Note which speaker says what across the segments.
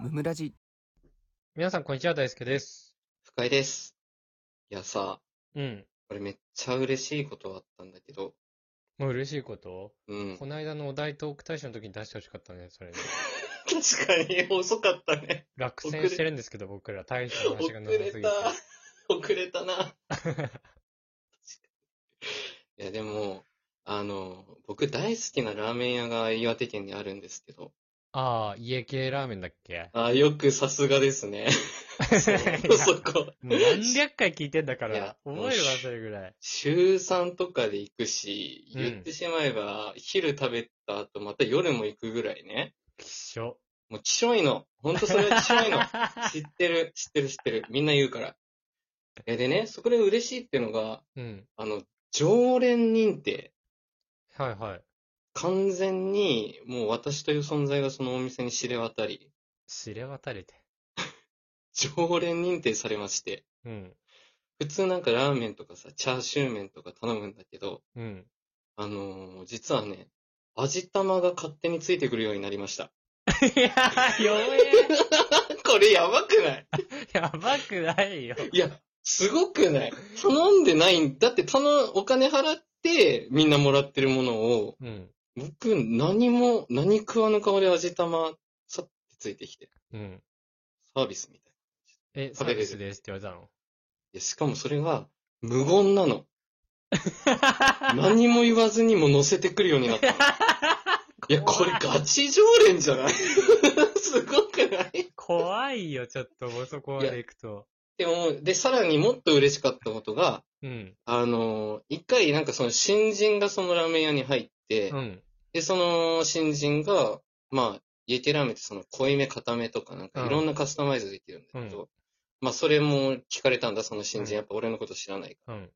Speaker 1: ムムラジ
Speaker 2: 皆さん、こんにちは。大輔です。
Speaker 3: 深井です。いやさ、
Speaker 2: うん。
Speaker 3: これめっちゃ嬉しいことあったんだけど、
Speaker 2: もう嬉しいこと
Speaker 3: うん。
Speaker 2: この間のお題トーク大賞の時に出してほしかったね、それね。
Speaker 3: 確かに遅かったね。
Speaker 2: 落選してるんですけど、僕ら大賞の
Speaker 3: 遅
Speaker 2: 話がなさすぎ
Speaker 3: れ
Speaker 2: て
Speaker 3: た。。遅れ たな。確かにいや、でも、あの、僕大好きなラーメン屋が岩手県にあるんですけど、
Speaker 2: ああ、家系ラーメンだっけ
Speaker 3: あーよくさすがですね。そ
Speaker 2: い
Speaker 3: こ
Speaker 2: や
Speaker 3: そこ。
Speaker 2: もう何百回聞いてんだか
Speaker 3: い
Speaker 2: ら
Speaker 3: や、
Speaker 2: 覚える
Speaker 3: もう
Speaker 2: わ、それぐらい。
Speaker 3: 週3とかで行くし、
Speaker 2: うん
Speaker 3: 言ってしまえば、昼食べた後また夜も行くぐらいね。
Speaker 2: きっしょ。
Speaker 3: もう、きしょいの。ほんとそれはきしょいの。知ってる、知ってる、知ってる。みんな言うから。え、でね、そこで嬉しいっていうのが、
Speaker 2: うん。
Speaker 3: あの、常連認定。
Speaker 2: はいはい。
Speaker 3: 完全に、もう私という存在がそのお店に知れ渡り、
Speaker 2: 知れ渡れて。
Speaker 3: 常連認定されまして、
Speaker 2: うん。
Speaker 3: 普通なんかラーメンとかさ、チャーシュー麺とか頼むんだけど、
Speaker 2: うん。
Speaker 3: あのー実はね、味玉が勝手についてくるようになりま した。
Speaker 2: いや、弱え。
Speaker 3: これやばくない
Speaker 2: やばくないよ。
Speaker 3: いや、すごくない頼んでないんだって、頼、お金払って、みんなもらってるものを、
Speaker 2: うん。
Speaker 3: 僕、何も、何食わぬ顔で味玉、さってついてきて、
Speaker 2: うん。
Speaker 3: サービスみたいな。
Speaker 2: え、サ
Speaker 3: 食べ
Speaker 2: ー
Speaker 3: れる
Speaker 2: ビスですって言われたの
Speaker 3: いや、しかもそれは、無言なの。何も言わずにも乗せてくるよう になったの。いや、これガチ常連じゃない すごくないっ
Speaker 2: 怖いよ、ちょっと、もうそこまで行くと。
Speaker 3: て思う。で、さらにもっと嬉しかったことが、
Speaker 2: うん。
Speaker 3: あのー一回、なんかその新人がそのラーメン屋に入って、
Speaker 2: うん。
Speaker 3: で、その新人が、まあ、家系ラーメンってその濃いめ、固めとかなん
Speaker 2: う
Speaker 3: か
Speaker 2: ん
Speaker 3: いろんなカスタマイズできるんだけど、
Speaker 2: う
Speaker 3: まあそれも聞かれたんだ、その新
Speaker 2: うん
Speaker 3: 人。やっぱ俺のこと知らないから。
Speaker 2: うん。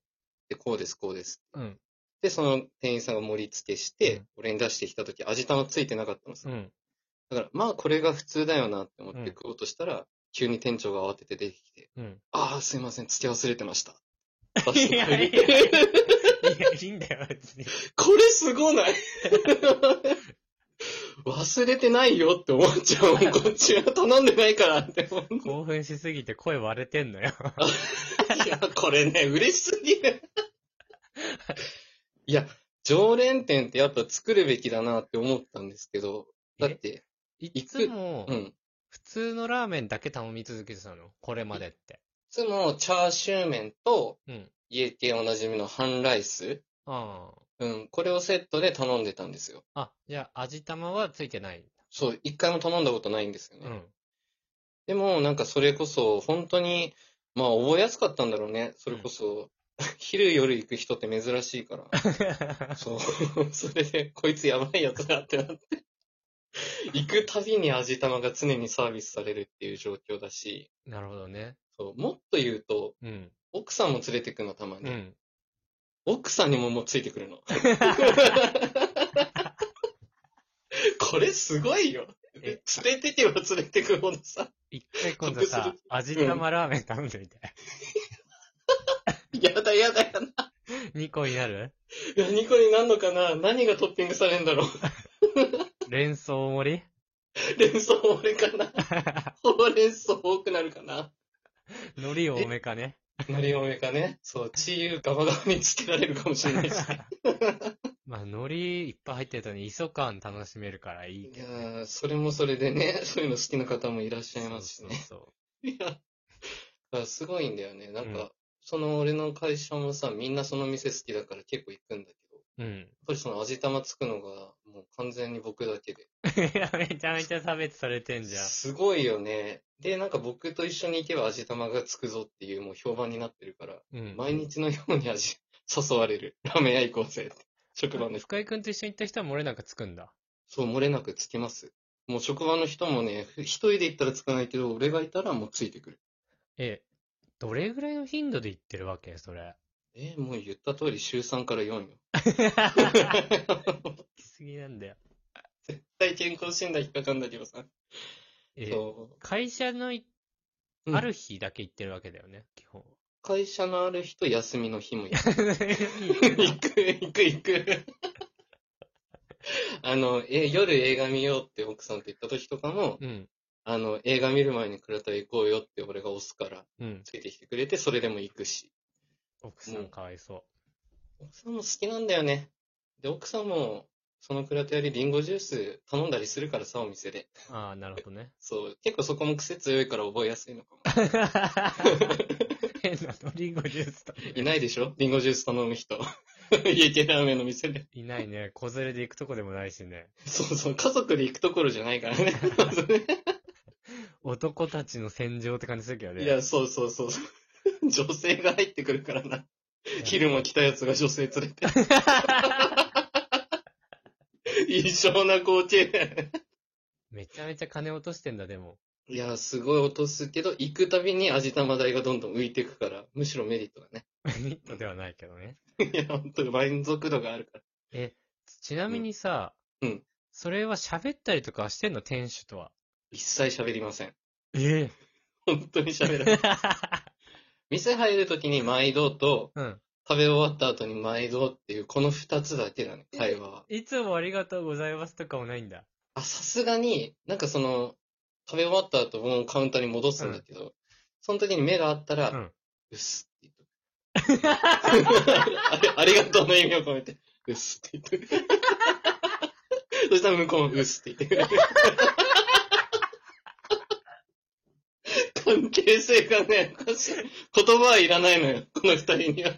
Speaker 3: で、こうです、こうです。
Speaker 2: うん。
Speaker 3: で、その店員さんが盛り付けし
Speaker 2: う
Speaker 3: て
Speaker 2: ん、
Speaker 3: 俺に出してきた時、味玉ついてなかったの
Speaker 2: う
Speaker 3: さ。
Speaker 2: ん。
Speaker 3: だから、まあこれが普通だよなって思っ
Speaker 2: うん
Speaker 3: て食おうとしたら、急に店長が慌てて出てきて、
Speaker 2: うん。
Speaker 3: ああ、すいません、付け忘れてました。出し
Speaker 2: い
Speaker 3: て
Speaker 2: や
Speaker 3: くれ
Speaker 2: いやいやい
Speaker 3: て
Speaker 2: や、いいんだよ、別に。
Speaker 3: これすごない忘れてないよって思っちゃう もん。こっちは頼んでないからって思う。
Speaker 2: 興奮しすぎて声割れてんのよ。
Speaker 3: いや、これね、嬉しすぎる。いや、常連店ってやっぱ作るべきだなって思ったんですけど、だって、
Speaker 2: いつも
Speaker 3: う、ん。い
Speaker 2: 普通のラーメンだけ頼み続けてたのこれまでって。
Speaker 3: つもチャーシュー麺と
Speaker 2: うん。
Speaker 3: 家系おなじみの半ライス、
Speaker 2: あ
Speaker 3: うん、これをセットで頼んでたんですよ。
Speaker 2: あ。あ、じゃあ、味玉はついてない。
Speaker 3: そう、一回も頼んだことないんですよね。
Speaker 2: うん。
Speaker 3: でも、なんかそれこそ、本当に、まあ覚えやすかったんだろうね。それこそ、昼夜行く人って珍しいから。そう。 それで、こいつやばいやつだってなって。行くたびに味玉が常にサービスされるっていう状況だし、
Speaker 2: なるほどね。
Speaker 3: そうもっと言うと、
Speaker 2: うん。
Speaker 3: 奥さんも連れてくのたま
Speaker 2: う
Speaker 3: に。
Speaker 2: ん。
Speaker 3: 奥さんにももうついてく るの。これすごいよ。連
Speaker 2: え
Speaker 3: れてけば連れてくほどさ。
Speaker 2: 一回今度さ、味玉ラーメン頼んでみ て。
Speaker 3: やだやだやだ。
Speaker 2: 2個になる
Speaker 3: 何これなんのかな何がトッピングされんだろう
Speaker 2: 連想盛り
Speaker 3: 連想俺かな ほうれん草多くなるかな
Speaker 2: 海苔多めかね。
Speaker 3: のり多めかねそう、チーユガバガバにつけられるかもし れないし。
Speaker 2: まあ、海苔いっぱい入ってるとね、磯感楽しめるからいい
Speaker 3: い
Speaker 2: け
Speaker 3: や
Speaker 2: ど。
Speaker 3: ーそれもそれでね、 そういうの好きな方もいらっしゃいますしね。
Speaker 2: そうそう
Speaker 3: いや、だからすごいんだよね。なんか、
Speaker 2: うん
Speaker 3: その俺の会社もさ、みんなその店好きだから結構行くんだけど、やっ
Speaker 2: そう。うん。
Speaker 3: ぱりその味玉つくのが、もう完全に僕だけで。
Speaker 2: いや、めちゃめちゃ差別されてんじゃん。
Speaker 3: すごいよね。で、なんか僕と一緒に行けば味玉がつくぞっていうもう評判になってるから、
Speaker 2: うん。
Speaker 3: 毎日のように味、 誘われる。ラーメン屋行こうぜって。職場の人。
Speaker 2: 深井くんと一緒に行った人は漏れなくつくんだ。
Speaker 3: そう、漏れなくつきます。もう職場の人もね、ふ一人で行ったらつかないけど、俺がいたらもうついてくる。
Speaker 2: え、どれぐらいの頻度で行ってるわけそれ。
Speaker 3: えーもう言った通り週3から4よ。
Speaker 2: 行きすぎなんだよ。
Speaker 3: 大健康診断引っかかんだけどさ。
Speaker 2: え、
Speaker 3: そ
Speaker 2: 会社のい、
Speaker 3: うん
Speaker 2: ある日だけ行ってるわけだよね、基 本。
Speaker 3: う。会社のある日と休みの日も行く。
Speaker 2: い
Speaker 3: 行く、行く、行く。 あの、え、夜映画見ようって奥さんと言った時とかも、
Speaker 2: うん。
Speaker 3: あの、映画見る前に倉田行こうよって俺が押すから、
Speaker 2: うん。
Speaker 3: ついてきてくれて、それでも行くし。
Speaker 2: 奥さんかわいそ
Speaker 3: 奥さんも好きなんだよね。で、奥さんも、その倉田よりリンゴジュース頼んだりするからさ、お店で。
Speaker 2: う。ああ、なるほ どね。
Speaker 3: そう、結構そこも癖強いから覚えやすいのかも。
Speaker 2: 変なの、リンゴジュースと。
Speaker 3: いないでしょリンゴジュース頼む人。 家系ラーメンの店で。
Speaker 2: いないね。子連れで行くとこでもないしね。
Speaker 3: そうそう、家族で行くところじゃないからね。
Speaker 2: 男たちの戦場って感じするけどね。
Speaker 3: いや、そうそうそうそう。女性が入ってくるからな。昼も来たやつが女性連れて。異常な光景だよね。
Speaker 2: めちゃめちゃ金落としてんだ、でも。
Speaker 3: いや、すごい落とすけど、行くたびに味玉代がどんどん浮いていくから、むしろメリットだね。
Speaker 2: メリットではないけどね。
Speaker 3: いや、本当に満足度があるから。
Speaker 2: ちなみにさ、
Speaker 3: うんうん
Speaker 2: それは喋ったりとかはしてんの店主とは。
Speaker 3: 一切喋りません。
Speaker 2: え
Speaker 3: 本当に喋
Speaker 2: え
Speaker 3: らない。店入るときに毎度と、
Speaker 2: うん。
Speaker 3: 食べ終わった後に毎度っていう、この二つだけだね、会話は。
Speaker 2: いつもありがとうございますとかもないんだ。
Speaker 3: あ、さすがに、なんかその、食べ終わった後、もうカウンターに戻すんだけど、その時に目があったら、
Speaker 2: うん
Speaker 3: うっすって言っとくあ れ。ありがとうの意味を込めて、うっすって言っとく。そしたら向こうもうっすって言ってくれる。 関係性がね、おかしい。言葉はいらないのよ、この二人には。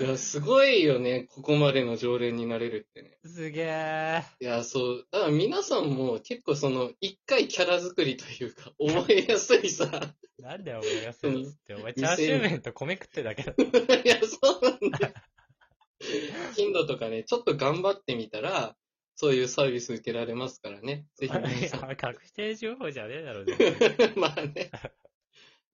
Speaker 3: いや、すごいよね、ここまでの常連になれるってね。
Speaker 2: すげえ。
Speaker 3: いや、そう。だから皆さんも結構その、一回キャラ作りというか、覚えやすいさ。
Speaker 2: なんだよ、思い出せるっつって。お前、チャーシュー麺と米食ってるだけ だ。
Speaker 3: いや、そうなんだよ。頻度とかね、ちょっと頑張ってみたら、そういうサービス受けられますからね。ぜひ皆さん。
Speaker 2: いや 確定情報じゃねえだろ、でも
Speaker 3: まあね。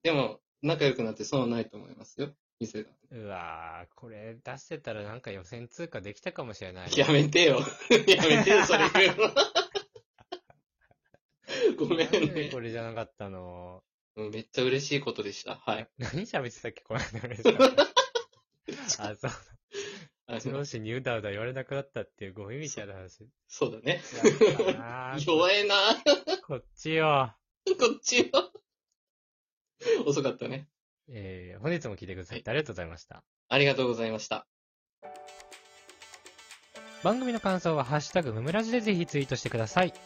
Speaker 3: でも、仲良くなって損はないと思いますよ。店が。
Speaker 2: うわぁ、これ出してたらなんか予選通過できたかもしれない。
Speaker 3: やめてよ。 やめてよ、それ言 うの。ごめん
Speaker 2: なんで
Speaker 3: ね
Speaker 2: こ。れじゃなかったの。
Speaker 3: うんめっちゃ嬉しいことでした。はい。
Speaker 2: 何喋ってたっけ、この間俺さあ、そう。
Speaker 3: あの
Speaker 2: 上司にうだうだ言われなくなったっていうゴミみたいな 話。
Speaker 3: そうだね。
Speaker 2: やったな
Speaker 3: 弱えな。
Speaker 2: こっちよ。
Speaker 3: こっちは。遅かったね。
Speaker 2: えー、本日も聞いてくださってありがとうございました。
Speaker 3: ありがとうございました。
Speaker 2: 番組の感想は、ハッシュタグムムラジでぜひツイートしてください。チ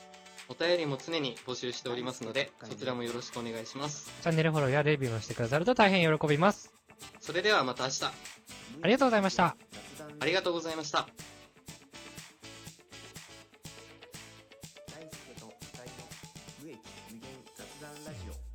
Speaker 3: お便りも常に募集しておりますので、そちらもよろしくお願いします。
Speaker 2: ャンネルフォローやレビューもしてくださると大変喜びます。
Speaker 3: それではまた明日、
Speaker 2: ありがとうございました。
Speaker 3: ありがとうございました。
Speaker 1: 大輔と二人の無益無限雑談ラジオ